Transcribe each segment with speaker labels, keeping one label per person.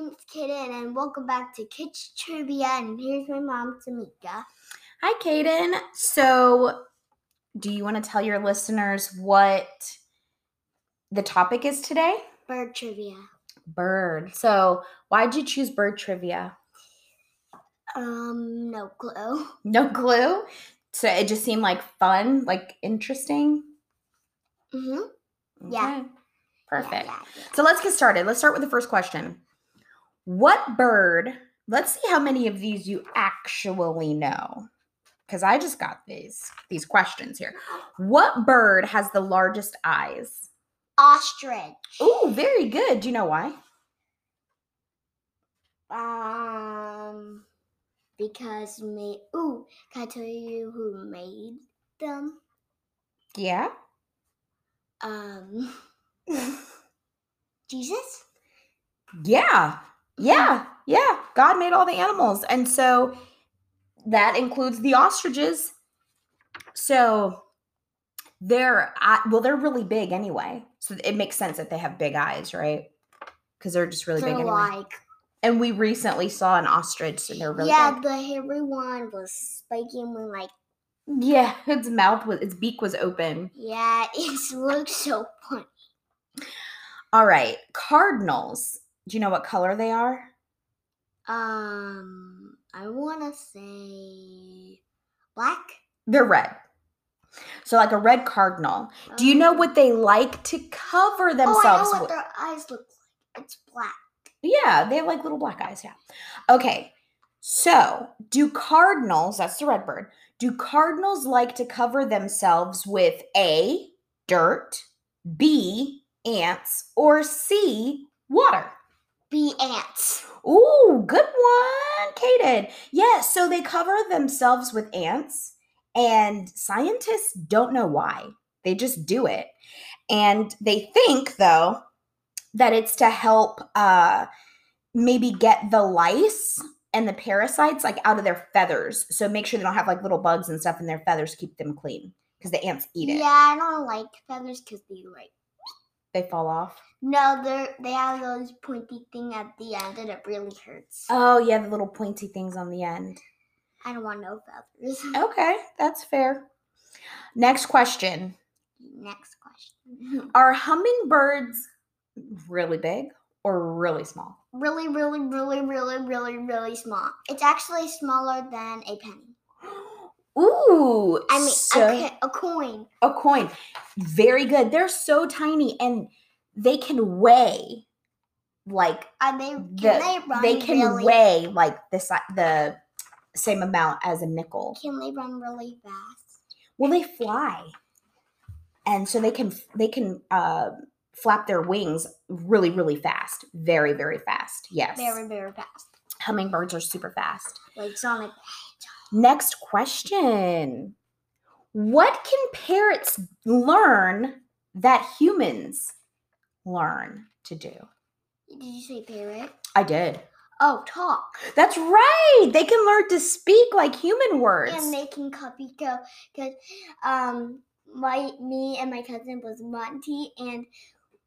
Speaker 1: Kaden, and welcome back to Kids Trivia. And here's my mom, Tamika.
Speaker 2: Hi, Kaden. So, do you want to tell your listeners what the topic is today?
Speaker 1: Bird trivia.
Speaker 2: Bird. So, why'd you choose bird trivia?
Speaker 1: Um, no clue.
Speaker 2: No clue. So, it just seemed like fun, like interesting.
Speaker 1: hmm Yeah.
Speaker 2: Okay. Perfect.
Speaker 1: Yeah, yeah,
Speaker 2: So, let's get started. Let's start with the first question. What bird? Let's see how many of these you actually know. Because I just got these these questions here.
Speaker 1: yeah.
Speaker 2: What bird has the largest eyes?
Speaker 1: Ostrich.
Speaker 2: Oh, very good. Do you know why?
Speaker 1: Um, because me. Ooh, can I tell you who made them?
Speaker 2: Yeah.
Speaker 1: Um, Jesus.
Speaker 2: Yeah.
Speaker 1: Hmm.
Speaker 2: Yeah. Yeah. God made all the animals. And so that includes the ostriches. So they're, eye- well, they're really big anyway. So it makes sense that they have big eyes, right? Because they're just really
Speaker 1: They're
Speaker 2: big anyway.
Speaker 1: like.
Speaker 2: And we recently saw an ostrich and they're really
Speaker 1: yeah,
Speaker 2: big.
Speaker 1: the hairy one was spiky and went like.
Speaker 2: Yeah. Its mouth was, its beak was open.
Speaker 1: Yeah, it looks so funny.
Speaker 2: All right. Cardinals. Do you know what color they are?
Speaker 1: Um, I want to say black.
Speaker 2: They're red. So like a red cardinal. Do you know
Speaker 1: Um,
Speaker 2: what they like to cover
Speaker 1: Oh, I know
Speaker 2: themselves
Speaker 1: what
Speaker 2: with?
Speaker 1: their eyes look like. It's black.
Speaker 2: Yeah, they have like little black eyes, yeah. Okay. So, do cardinals, that's the red bird, do cardinals like to cover themselves with A, dirt, B, ants, or C, water?
Speaker 1: Be ants.
Speaker 2: Ooh, good one, Kaden. Yeah, so they cover themselves with ants, and scientists don't know why. They just do it. And they think, though, that it's to help uh, maybe get the lice and the parasites like out of their feathers. So make sure they don't have like little bugs and stuff in their feathers, keep them clean because the ants eat it.
Speaker 1: Yeah, I don't like feathers because they like.
Speaker 2: They fall off.
Speaker 1: No, they're they have those pointy thing at the end, and it really hurts.
Speaker 2: Oh, yeah, the little pointy things on the end.
Speaker 1: I don't want no feathers.
Speaker 2: Okay, that's fair. Next question.
Speaker 1: Next question.
Speaker 2: Are hummingbirds really big or really small?
Speaker 1: really, really, really, really, really, really small. It's actually smaller than a penny.
Speaker 2: Ooh,
Speaker 1: I mean,
Speaker 2: so-
Speaker 1: a, co- a coin.
Speaker 2: a coin. Very good. They're so tiny and they can weigh like
Speaker 1: Are they? Can
Speaker 2: the,
Speaker 1: they run?
Speaker 2: they can
Speaker 1: really?
Speaker 2: weigh like the si- the same amount as a nickel.
Speaker 1: Can they run really fast?
Speaker 2: Well, they fly, and so they can they can uh, flap their wings really really fast, very very fast. Yes,
Speaker 1: Very, very fast.
Speaker 2: hummingbirds are super fast.
Speaker 1: Like Sonic.
Speaker 2: Next question. What can parrots learn that humans learn to do?
Speaker 1: Did you say parrot?
Speaker 2: I did.
Speaker 1: Oh, talk.
Speaker 2: That's right. They can learn to speak like human words.
Speaker 1: And they can copy go because um my me and my cousin was Monty and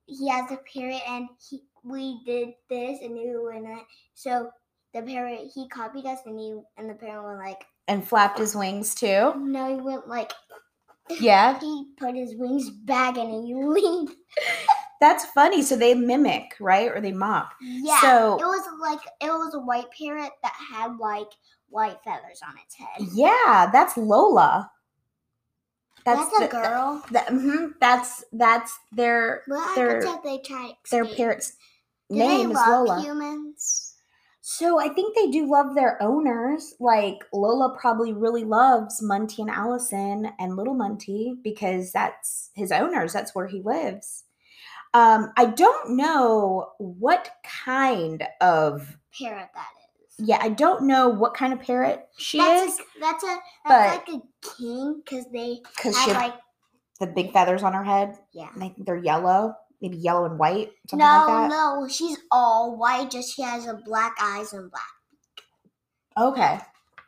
Speaker 1: he has a parrot and he we did this and he went it. So the parrot he copied us and he and the parrot went like
Speaker 2: and flapped his wings too.
Speaker 1: no he went like
Speaker 2: Yeah.
Speaker 1: he put his wings back and he leaned.
Speaker 2: That's funny. So they mimic, right? Or they mock.
Speaker 1: Yeah.
Speaker 2: So-
Speaker 1: it was like it was a white parrot that had like white feathers on its head.
Speaker 2: Mhm. Yeah, that's Lola.
Speaker 1: That's, a
Speaker 2: the-
Speaker 1: girl.
Speaker 2: the- mhm, that's that's their
Speaker 1: Well, I
Speaker 2: their-
Speaker 1: pretend they try to
Speaker 2: their
Speaker 1: escape.
Speaker 2: parrot's
Speaker 1: Do
Speaker 2: name
Speaker 1: they
Speaker 2: is
Speaker 1: love
Speaker 2: Lola.
Speaker 1: humans?
Speaker 2: So I think they do love their owners. Like Lola probably really loves Munty and Allison and little Munty because that's his owners. That's where he lives. Um, I don't know what kind of
Speaker 1: Parrot that is.
Speaker 2: yeah, I don't know what kind of parrot she
Speaker 1: that's
Speaker 2: is
Speaker 1: A, that's a that's
Speaker 2: but-
Speaker 1: like a king because they
Speaker 2: because she
Speaker 1: have
Speaker 2: has
Speaker 1: like
Speaker 2: the big feathers on her head.
Speaker 1: yeah.
Speaker 2: And I think they're yellow, maybe yellow and white, something
Speaker 1: no,
Speaker 2: like that.
Speaker 1: no, she's all white. Just she has a black eyes and black.
Speaker 2: Okay,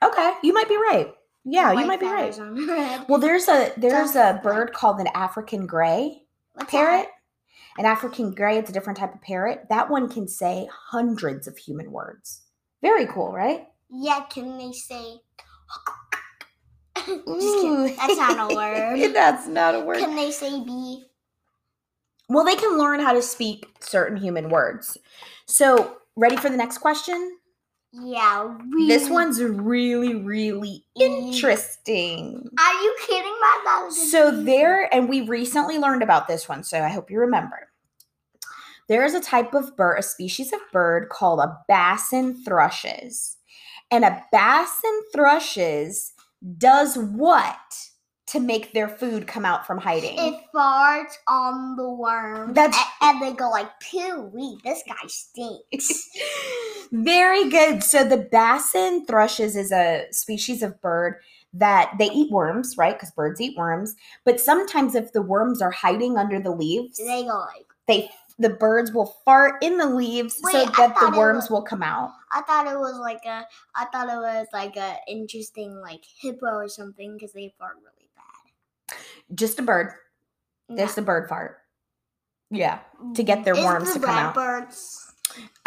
Speaker 2: okay, you might be right. Yeah, you
Speaker 1: white
Speaker 2: might be right.
Speaker 1: feathers on her head.
Speaker 2: Well, there's a there's
Speaker 1: Just
Speaker 2: a bird called an African gray
Speaker 1: What's that?
Speaker 2: parrot An African gray, it's a different type of parrot. That one can say hundreds of human words. Very cool, right?
Speaker 1: Yeah, can they say? Just
Speaker 2: Ooh.
Speaker 1: kidding. That's not a word.
Speaker 2: That's not a word.
Speaker 1: Can they say B?
Speaker 2: well, they can learn how to speak certain human words. So, ready for the next question?
Speaker 1: Yeah, we.
Speaker 2: This one's really, really interesting.
Speaker 1: Are you kidding? My that was
Speaker 2: So
Speaker 1: easy.
Speaker 2: there, and we recently learned about this one, so I hope you remember. There is a type of bird, a species of bird called a bassin thrushes. And a bassin thrushes does what to make their food come out from hiding?
Speaker 1: It farts on the worm.
Speaker 2: That's-
Speaker 1: a- and they go like, "Pooh, wee, this guy stinks."
Speaker 2: Very good. So the bassin thrushes is a species of bird that they eat worms, right? Because birds eat worms. But sometimes if the worms are hiding under the leaves,
Speaker 1: they go like,
Speaker 2: the birds will fart in the leaves
Speaker 1: Wait,
Speaker 2: so
Speaker 1: I
Speaker 2: that
Speaker 1: thought
Speaker 2: the
Speaker 1: it
Speaker 2: worms
Speaker 1: was-
Speaker 2: will come out.
Speaker 1: "I thought it was like a, I thought it was like a interesting like hippo or something because they fart really bad."
Speaker 2: Just a bird.
Speaker 1: No.
Speaker 2: There's the bird fart. Yeah, to get their
Speaker 1: Is
Speaker 2: worms
Speaker 1: the
Speaker 2: to come out.
Speaker 1: blackbirds-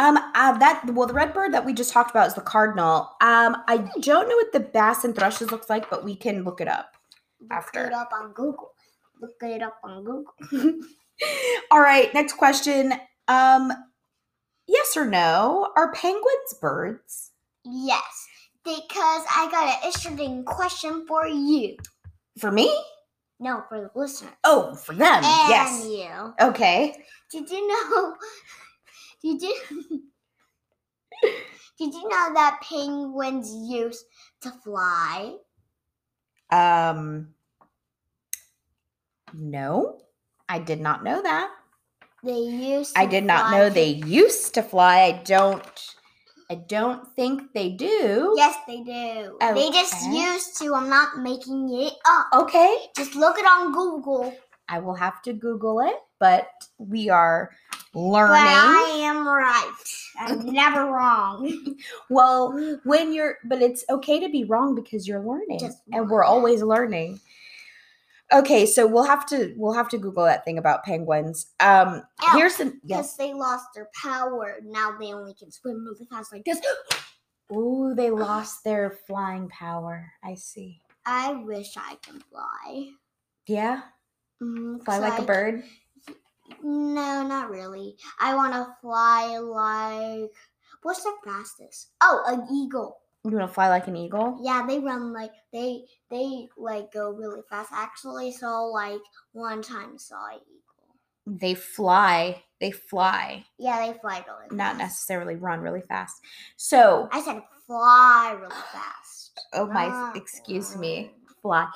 Speaker 2: Um, uh, that well, the red bird that we just talked about is the cardinal. Um, I
Speaker 1: Hmm.
Speaker 2: don't know what the bass and thrushes looks like, but we can look it up.
Speaker 1: Look
Speaker 2: After.
Speaker 1: it up on Google. Look it up on Google.
Speaker 2: All right, next question. Um, yes or no? Are penguins birds?
Speaker 1: Yes, because I got an interesting question for you.
Speaker 2: For me?
Speaker 1: No, for the listener.
Speaker 2: Oh, for them.
Speaker 1: and
Speaker 2: yes.
Speaker 1: you.
Speaker 2: Okay.
Speaker 1: Did you know? Did you? Did you know that penguins used to fly?
Speaker 2: Um, no, I did not know that.
Speaker 1: They used. To
Speaker 2: I did not
Speaker 1: fly
Speaker 2: know
Speaker 1: to-
Speaker 2: they used to fly. I don't. I don't think they do.
Speaker 1: Yes, they do. They just
Speaker 2: Okay.
Speaker 1: used to. I'm not making it up.
Speaker 2: Okay.
Speaker 1: Just look it on Google.
Speaker 2: I will have to Google it, but we are
Speaker 1: But
Speaker 2: learning.
Speaker 1: I am right. I'm never wrong.
Speaker 2: Well, when you're, but it's okay to be wrong because you're learning,
Speaker 1: Just
Speaker 2: and we're
Speaker 1: learn.
Speaker 2: always learning. Okay, so we'll have to we'll have to Google that thing about penguins. Um,
Speaker 1: Ow.
Speaker 2: here's an yes.
Speaker 1: Because they lost their power. Now they only can swim really fast like this.
Speaker 2: Ooh, they lost their flying power. I see.
Speaker 1: I wish I could fly.
Speaker 2: Yeah,
Speaker 1: Mm,
Speaker 2: fly
Speaker 1: 'cause
Speaker 2: like a
Speaker 1: I-
Speaker 2: bird.
Speaker 1: No, not really. I want to fly like. What's the fastest? Oh, an eagle.
Speaker 2: You want to fly like an eagle?
Speaker 1: Yeah, they run like they they like go really fast. Actually, saw like one time saw an eagle.
Speaker 2: They fly. They fly.
Speaker 1: Yeah, they fly really. Fast.
Speaker 2: Not necessarily run really fast. So,
Speaker 1: I said fly really fast.
Speaker 2: oh my,
Speaker 1: not
Speaker 2: excuse me.
Speaker 1: run.
Speaker 2: fly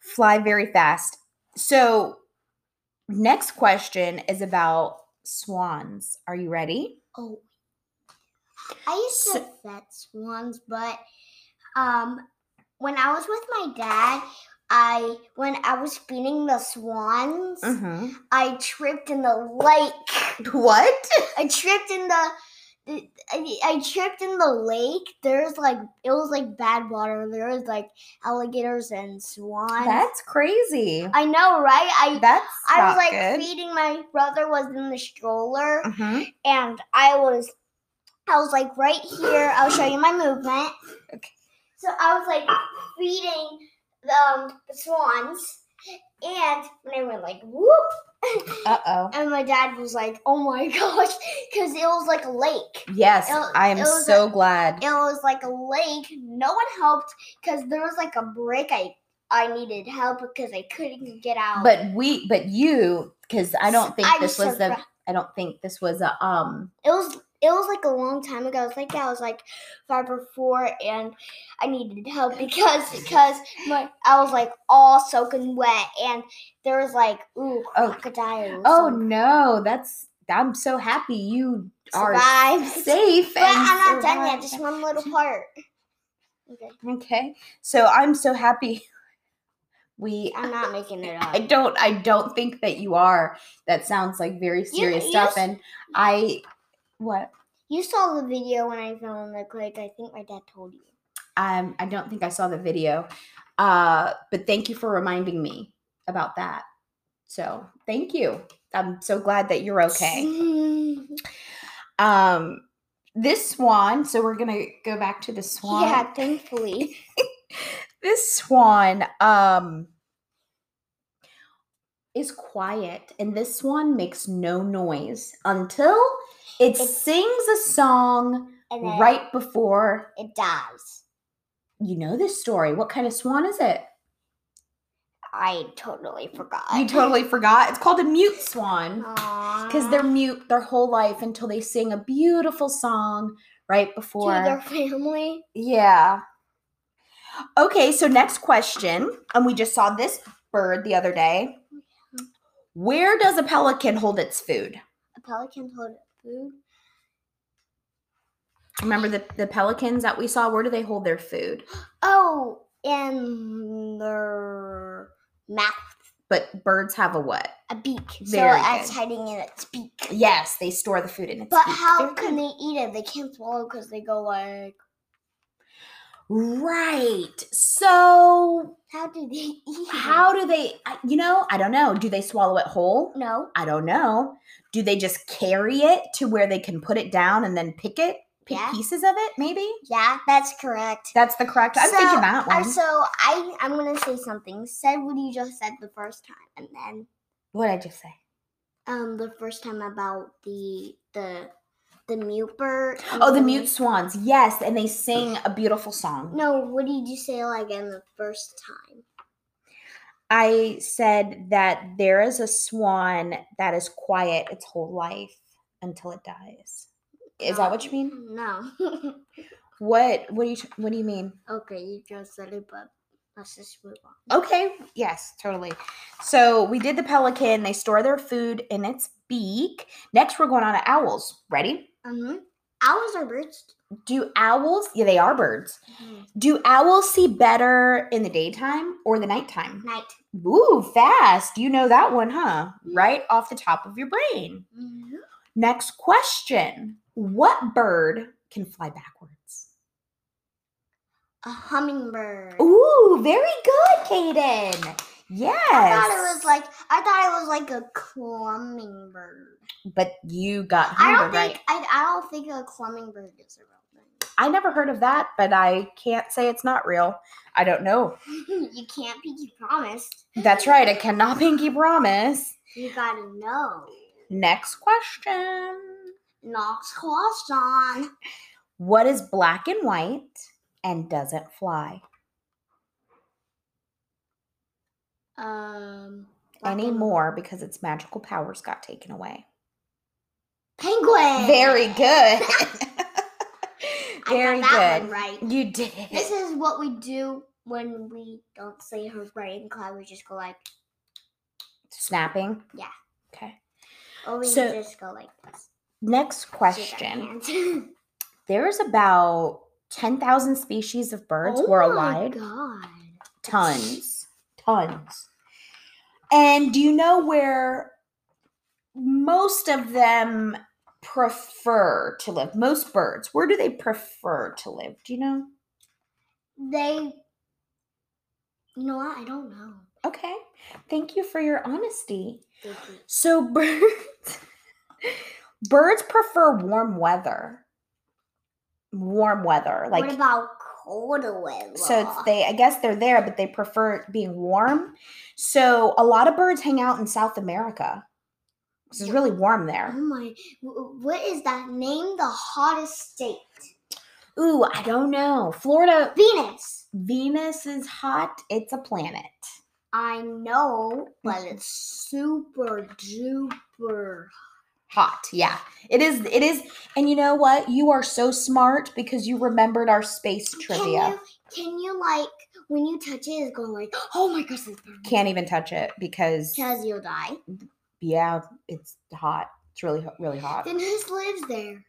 Speaker 2: fly very fast so next question is about swans are you ready
Speaker 1: Oh, I used to vet swans, but um, when I was with my dad, I when I was feeding the swans. I tripped in the lake.
Speaker 2: what
Speaker 1: I tripped in the. the- I, I tripped in the lake. There's like it was like bad water. There was like alligators and swans.
Speaker 2: that's crazy
Speaker 1: I know, right? I
Speaker 2: that's
Speaker 1: I was
Speaker 2: not
Speaker 1: like
Speaker 2: good.
Speaker 1: feeding my brother was in the stroller,
Speaker 2: Mhm.
Speaker 1: and I was I was like right here. I'll show you my movement.
Speaker 2: Okay.
Speaker 1: So I was like feeding the, um, the swans, and when I went like whoop,
Speaker 2: uh-oh
Speaker 1: And my dad was like, "Oh my gosh," because it was like a lake.
Speaker 2: yes
Speaker 1: It-
Speaker 2: i am
Speaker 1: it was
Speaker 2: so glad
Speaker 1: It was like a lake. No one helped because there was like a break. I I needed help because I couldn't get out.
Speaker 2: but we but you because i don't think
Speaker 1: I
Speaker 2: this was the
Speaker 1: surprised.
Speaker 2: i don't think this was a um
Speaker 1: it was it was like a long time ago. It was like I was like five or four, and I needed help because because my I was like all soaking wet, and there was like ooh
Speaker 2: Oh.
Speaker 1: crocodile.
Speaker 2: oh no that's i'm so happy you are
Speaker 1: survived.
Speaker 2: safe
Speaker 1: But I'm not done yet.
Speaker 2: survived.
Speaker 1: Just one little part. Okay,
Speaker 2: Okay. So I'm so happy we
Speaker 1: I'm not making it up.
Speaker 2: I don't I don't think that you are. That sounds like very serious
Speaker 1: you
Speaker 2: stuff
Speaker 1: s-
Speaker 2: and I what?
Speaker 1: You saw the video when I fell in the lake. I think my dad told you.
Speaker 2: Um I don't think I saw the video. Uh but thank you for reminding me about that. So thank you. I'm so glad that you're okay.
Speaker 1: yeah,
Speaker 2: Um, this swan, so we're gonna go back to the swan.
Speaker 1: thankfully.
Speaker 2: This swan um is quiet and this swan makes no noise until it
Speaker 1: It's-
Speaker 2: sings a song
Speaker 1: And then
Speaker 2: right before
Speaker 1: it dies.
Speaker 2: you know this story. What kind of swan is it?
Speaker 1: I totally forgot.
Speaker 2: You totally forgot. It's called a mute swan. because
Speaker 1: because
Speaker 2: they're mute their whole life until they sing a beautiful song right before
Speaker 1: to their family.
Speaker 2: yeah okay so next question and we just saw this bird the other day where does a pelican hold its food
Speaker 1: A pelican hold food.
Speaker 2: remember the, the pelicans that we saw where do they hold their food
Speaker 1: Oh, in their mouth,
Speaker 2: but birds have a what
Speaker 1: a beak.
Speaker 2: Very
Speaker 1: so it's
Speaker 2: good.
Speaker 1: hiding in its beak.
Speaker 2: yes they store the food in its
Speaker 1: But
Speaker 2: beak.
Speaker 1: how
Speaker 2: Very
Speaker 1: can
Speaker 2: good.
Speaker 1: they eat it? They can't swallow because they go like.
Speaker 2: right so
Speaker 1: How do they eat? it?
Speaker 2: how do they I- you know i don't know do they swallow it whole
Speaker 1: No.
Speaker 2: I don't know. Do they just carry it to where they can put it down and then pick it, pick
Speaker 1: Yeah.
Speaker 2: pieces of it? Maybe
Speaker 1: Yeah, that's correct.
Speaker 2: that's the correct. I'm
Speaker 1: So,
Speaker 2: thinking that
Speaker 1: Uh,
Speaker 2: one.
Speaker 1: so I I'm gonna say something. Said what you just said the first time, and then
Speaker 2: what did I just say?
Speaker 1: um the first time about the the the mute bird. and
Speaker 2: Oh, the mute swans. Yes, and they sing a beautiful song.
Speaker 1: No, what did you say like in the first time?
Speaker 2: I said that there is a swan that is quiet its whole life until it dies. Is that what you mean?
Speaker 1: Um, No.
Speaker 2: What What do you tr- What do you mean?
Speaker 1: okay, you just said it, but let's just move on.
Speaker 2: Okay. Yes, totally. So we did the pelican. They store their food in its beak. Next, we're going on to owls. Ready?
Speaker 1: Mm-hmm. Owls are birds.
Speaker 2: Do owls, yeah, they are birds. Do owls see better in the daytime or the nighttime?
Speaker 1: Night.
Speaker 2: Ooh, fast. You know that one, huh? Right off the top of your brain. Next question What bird can fly backwards?
Speaker 1: A hummingbird.
Speaker 2: Ooh, very good, Kaden. Yes.
Speaker 1: I thought it was like I thought it was like a clumbing bird.
Speaker 2: But you got
Speaker 1: I don't
Speaker 2: hummingbird right.
Speaker 1: think I, I don't think a clumbing bird is a real
Speaker 2: I never heard of that, but I can't say it's not real. I don't know.
Speaker 1: thing. you can't pinky promised.
Speaker 2: That's right. I cannot pinky promise.
Speaker 1: You gotta know.
Speaker 2: Next question.
Speaker 1: Not squashed on.
Speaker 2: What is black and white and doesn't fly?
Speaker 1: Um. like an
Speaker 2: Anymore because its magical powers got taken away.
Speaker 1: Penguin.
Speaker 2: Very good.
Speaker 1: I
Speaker 2: Very
Speaker 1: got that
Speaker 2: good.
Speaker 1: One right.
Speaker 2: You did it.
Speaker 1: This is what we do when we don't say her right in class. We just go like,
Speaker 2: Snapping?
Speaker 1: Yeah.
Speaker 2: Okay.
Speaker 1: or oh, we
Speaker 2: So-
Speaker 1: just go like this.
Speaker 2: Next
Speaker 1: Shake our
Speaker 2: question.
Speaker 1: hands.
Speaker 2: There's about 10,000 species of birds worldwide.
Speaker 1: Oh my god.
Speaker 2: tons tons and do you know where most of them prefer to live most birds where do they prefer to live do you know
Speaker 1: They. You know what? I don't know.
Speaker 2: okay thank you for your honesty
Speaker 1: They do.
Speaker 2: so birds birds prefer warm weather warm weather like
Speaker 1: what about cold weather?
Speaker 2: so it's they i guess they're there but they prefer it being warm so a lot of birds hang out in south america 'cause it's really warm
Speaker 1: Oh
Speaker 2: there
Speaker 1: my! wh- What is that name? The hottest state?
Speaker 2: ooh i don't know florida
Speaker 1: Venus.
Speaker 2: venus is hot it's a planet
Speaker 1: I know, but
Speaker 2: Mm-hmm.
Speaker 1: it's super duper.
Speaker 2: hot yeah it is it is and you know what you are so smart because you remembered our space trivia
Speaker 1: Can you, can you like when you touch it, it's going like, oh my gosh, it's burning.
Speaker 2: can't even touch it because
Speaker 1: Because you'll die.
Speaker 2: yeah it's hot it's really ho- really hot
Speaker 1: Then who lives there?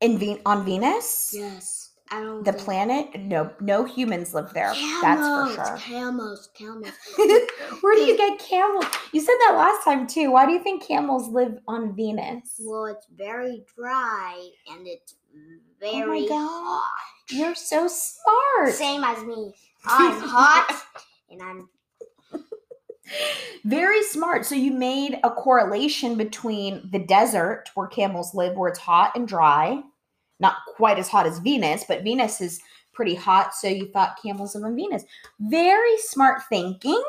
Speaker 2: in Ven- on venus
Speaker 1: Yes, I don't.
Speaker 2: the
Speaker 1: think-
Speaker 2: planet no no humans live there
Speaker 1: Camels,
Speaker 2: that's for sure
Speaker 1: Camels, camels.
Speaker 2: Where do you get camels? You said that last time too. Why do you think camels live on Venus?
Speaker 1: well, it's very dry and it's
Speaker 2: Oh my
Speaker 1: very
Speaker 2: God.
Speaker 1: hot.
Speaker 2: You're so smart.
Speaker 1: Same as me. I'm hot and I'm
Speaker 2: Very smart. So you made a correlation between the desert where camels live, where it's hot and dry, not quite as hot as Venus, but Venus is pretty hot. So you thought camels live on Venus. Very smart thinking.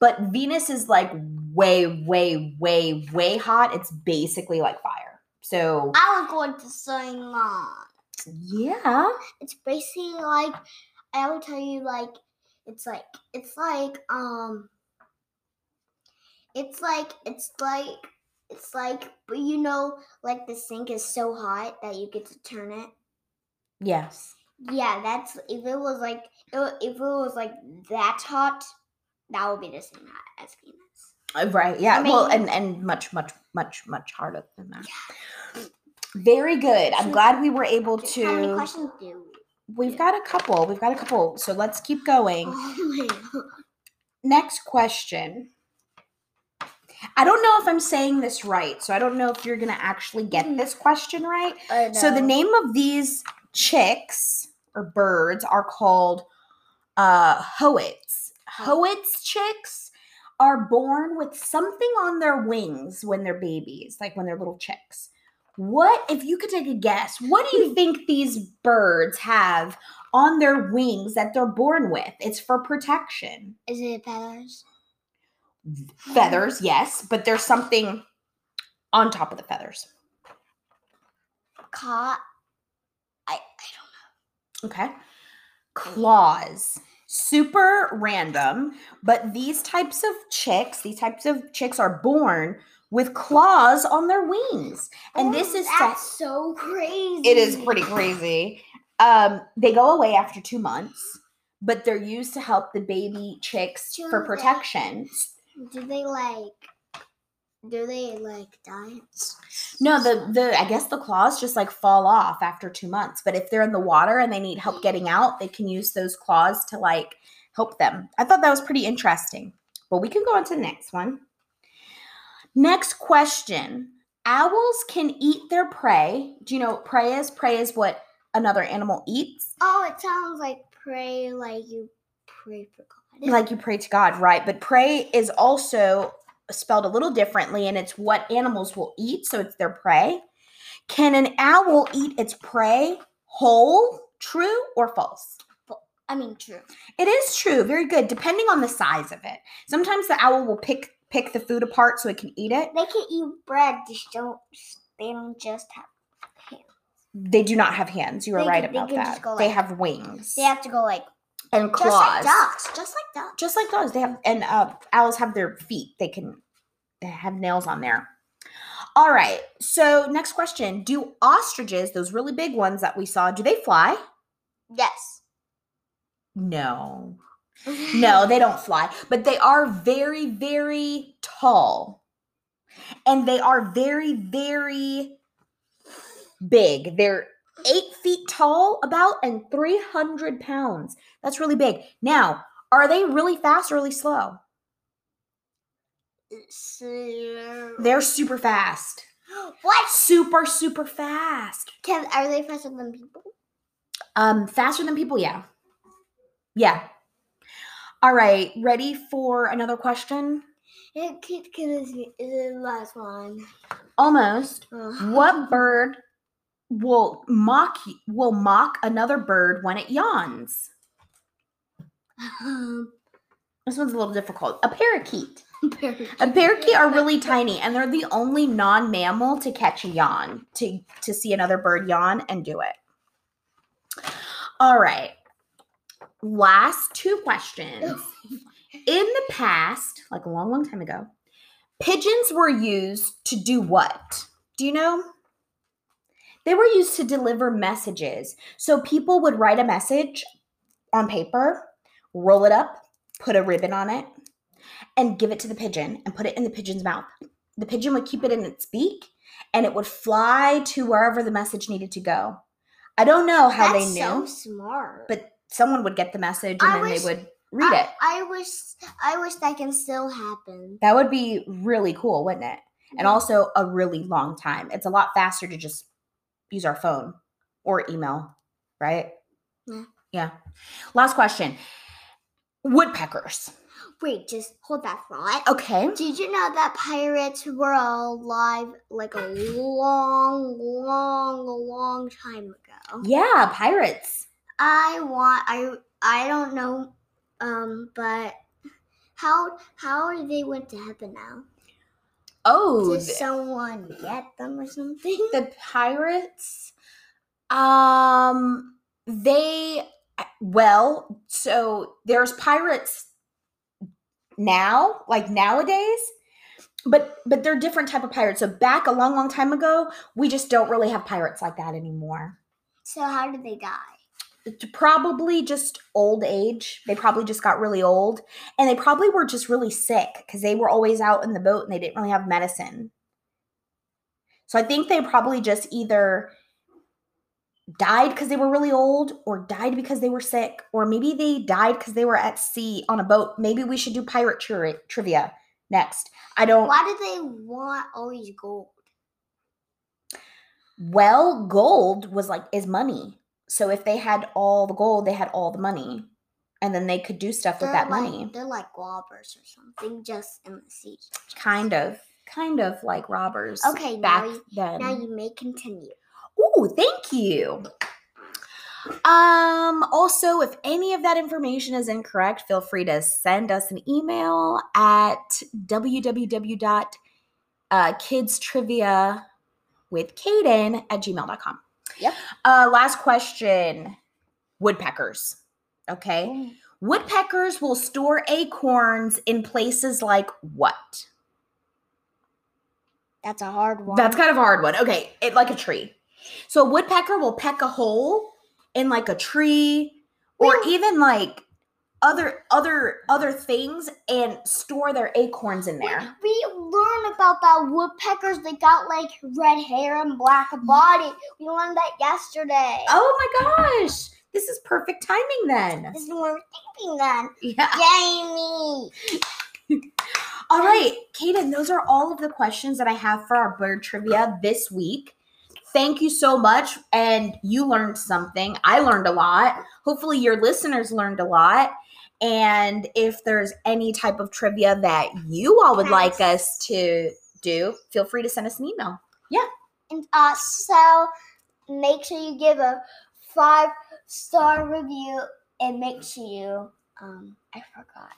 Speaker 2: But Venus is like way, way, way, way hot. It's basically like fire. So,
Speaker 1: I was going to say not.
Speaker 2: yeah.
Speaker 1: It's basically like I will tell you like it's like it's like um it's like it's like it's like but you know like the sink is so hot that you get to turn it.
Speaker 2: Yes.
Speaker 1: Yeah, that's if it was like it, wa- if it was like that hot, that would be the same hot as Venus.
Speaker 2: Uh, Right. Yeah. well,
Speaker 1: mean-
Speaker 2: and and much much much much harder than that. Very good. I'm
Speaker 1: So-
Speaker 2: glad we were able
Speaker 1: How many
Speaker 2: to.
Speaker 1: questions do?
Speaker 2: We've got a couple. We've got a couple. So let's keep going.
Speaker 1: Oh my
Speaker 2: Next question. I don't know if I'm saying this right, so I don't know if you're gonna actually get
Speaker 1: Mhm.
Speaker 2: this question right.
Speaker 1: God. Oh,
Speaker 2: So the name of these chicks or birds are called uh hoets.
Speaker 1: Oh.
Speaker 2: Hoets chicks are born with something on their wings when they're babies, like when they're little chicks. What if you could take a guess? What do you think these birds have on their wings that they're born with? It's for protection.
Speaker 1: is it feathers? Hmm.
Speaker 2: Feathers, yes, but there's something on top of the feathers.
Speaker 1: Caught.
Speaker 2: Okay. Claws. Super random, but these types of chicks, these types of chicks are born with claws on their wings. And this is sa-
Speaker 1: that's so crazy.
Speaker 2: it is pretty crazy. Um, they go away after two months, but they're used to help the baby chicks
Speaker 1: Do
Speaker 2: for
Speaker 1: they-
Speaker 2: protection.
Speaker 1: Do they like? Do they like dance?
Speaker 2: No, the the I guess the claws just like fall off after two months. But if they're in the water and they need help getting out, they can use those claws to like help them. I thought that was pretty interesting. But we can go on to the next one. Next question. Owls can eat their prey. Do you know what prey is? Prey is what another animal eats.
Speaker 1: Oh, it sounds like pray, like you pray for God.
Speaker 2: Like you pray to God, right? But prey is also spelled a little differently and it's what animals will eat, so it's their prey. Can an owl eat its prey whole? True or false?
Speaker 1: I mean, true.
Speaker 2: It is true. Very good. Depending on the size of it. Sometimes the owl will pick pick the food apart so it can eat it.
Speaker 1: They can eat bread. Just don't. They don't just have.
Speaker 2: They do not have hands. You are
Speaker 1: They
Speaker 2: right
Speaker 1: can- they
Speaker 2: about
Speaker 1: can just
Speaker 2: that.
Speaker 1: go
Speaker 2: they
Speaker 1: like-
Speaker 2: have wings
Speaker 1: They have to go like
Speaker 2: and
Speaker 1: just like
Speaker 2: claws.
Speaker 1: ducks, just like ducks.
Speaker 2: just like dogs. They have and uh, owls have their feet. They can they have nails on there. All right. So next question: Do ostriches, those really big ones that we saw, do they fly?
Speaker 1: Yes.
Speaker 2: No, no, they don't fly. But they are very, very tall, and they are very, very big. They're eight feet tall, about, and three hundred pounds. That's really big. Now, are they really fast or really slow? They're super fast.
Speaker 1: what?
Speaker 2: Super, super fast.
Speaker 1: Can are they faster than people?
Speaker 2: Um, faster than people, yeah. Yeah. All right, ready for another question?
Speaker 1: Yeah, can, can this be is the last one?
Speaker 2: Almost.
Speaker 1: Oh.
Speaker 2: What bird will mock y- will mock another bird when it yawns?
Speaker 1: Um,
Speaker 2: This one's a little difficult. A parakeet.
Speaker 1: parakeet.
Speaker 2: A parakeet are really tiny and they're the only non-mammal to catch a yawn, to to see another bird yawn and do it. All right. Last two questions. In the past, like a long, long time ago, pigeons were used to do what? Do you know? They were used to deliver messages. So people would write a message on paper, roll it up, put a ribbon on it, and give it to the pigeon and put it in the pigeon's mouth. The pigeon would keep it in its beak and it would fly to wherever the message needed to go. I don't know how
Speaker 1: That's
Speaker 2: they
Speaker 1: so
Speaker 2: knew
Speaker 1: smart.
Speaker 2: but someone would get the message and
Speaker 1: I
Speaker 2: then
Speaker 1: wish-
Speaker 2: they would read
Speaker 1: I,
Speaker 2: it.
Speaker 1: I wish I wish that can still happen.
Speaker 2: That would be really cool, wouldn't it? And also a really long time. It's a lot faster to just use our phone or email, right?
Speaker 1: Yeah.
Speaker 2: Last question. woodpeckers.
Speaker 1: Wait, just hold that thought.
Speaker 2: Okay.
Speaker 1: Did you know that pirates were alive like a long, long, long time ago?
Speaker 2: Yeah, pirates.
Speaker 1: I want I I don't know um but how how they went to heaven now?
Speaker 2: Oh,
Speaker 1: Did someone get them or something?
Speaker 2: the pirates um they uh, well so there's pirates now like nowadays but but they're different type of pirates so back a long long time ago we just don't really have pirates like that anymore
Speaker 1: So how did they die?
Speaker 2: It's probably just old age they probably just got really old and they probably were just really sick because they were always out in the boat and they didn't really have medicine so i think they probably just either died because they were really old or died because they were sick or maybe they died because they were at sea on a boat maybe we should do pirate tri- trivia next i don't
Speaker 1: Why did they want always gold?
Speaker 2: Well, gold was like is money. So if they had all the gold, they had all the money, and then they could do stuff with
Speaker 1: They're
Speaker 2: that
Speaker 1: like,
Speaker 2: money.
Speaker 1: They're like robbers or something, just in the sea.
Speaker 2: Kind of, kind of like robbers.
Speaker 1: Okay, now
Speaker 2: back
Speaker 1: you-
Speaker 2: then.
Speaker 1: Now you may continue.
Speaker 2: Ooh, thank you. Um, also, if any of that information is incorrect, feel free to send us an email at www.kidstrivia uh, with Kaden at gmail.com.
Speaker 1: Yep.
Speaker 2: Uh, last question Woodpeckers. Okay. Woodpeckers will store acorns in places like what?
Speaker 1: That's a hard one.
Speaker 2: That's kind of a hard one. Okay, it like a tree. So a woodpecker will peck a hole in like a tree or
Speaker 1: Meow.
Speaker 2: even like other other other things and store their acorns in there.
Speaker 1: We learned about that woodpeckers. They got like red hair and black body. We learned that yesterday.
Speaker 2: Oh my gosh. This is perfect timing then.
Speaker 1: This is what we're thinking then.
Speaker 2: Yeah.
Speaker 1: Jamie.
Speaker 2: All right, Kaden, those are all of the questions that I have for our bird trivia this week. Thank you so much. And you learned something. I learned a lot. Hopefully, your listeners learned a lot. And if there's any type of trivia that you all would like us to do, feel free to send us an email.
Speaker 1: And uh, so make sure you give a five star review and make sure you um I forgot.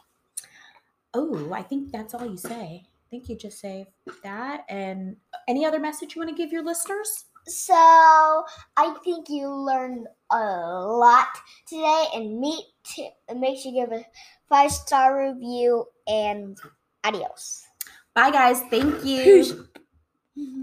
Speaker 2: Oh, I think that's all you say. I think you just say that. And any other message you want to give your listeners?
Speaker 1: So I think you learned a lot today, and me too. And make sure you give a five star review and adios.
Speaker 2: Bye, guys. Thank you.
Speaker 1: Peace.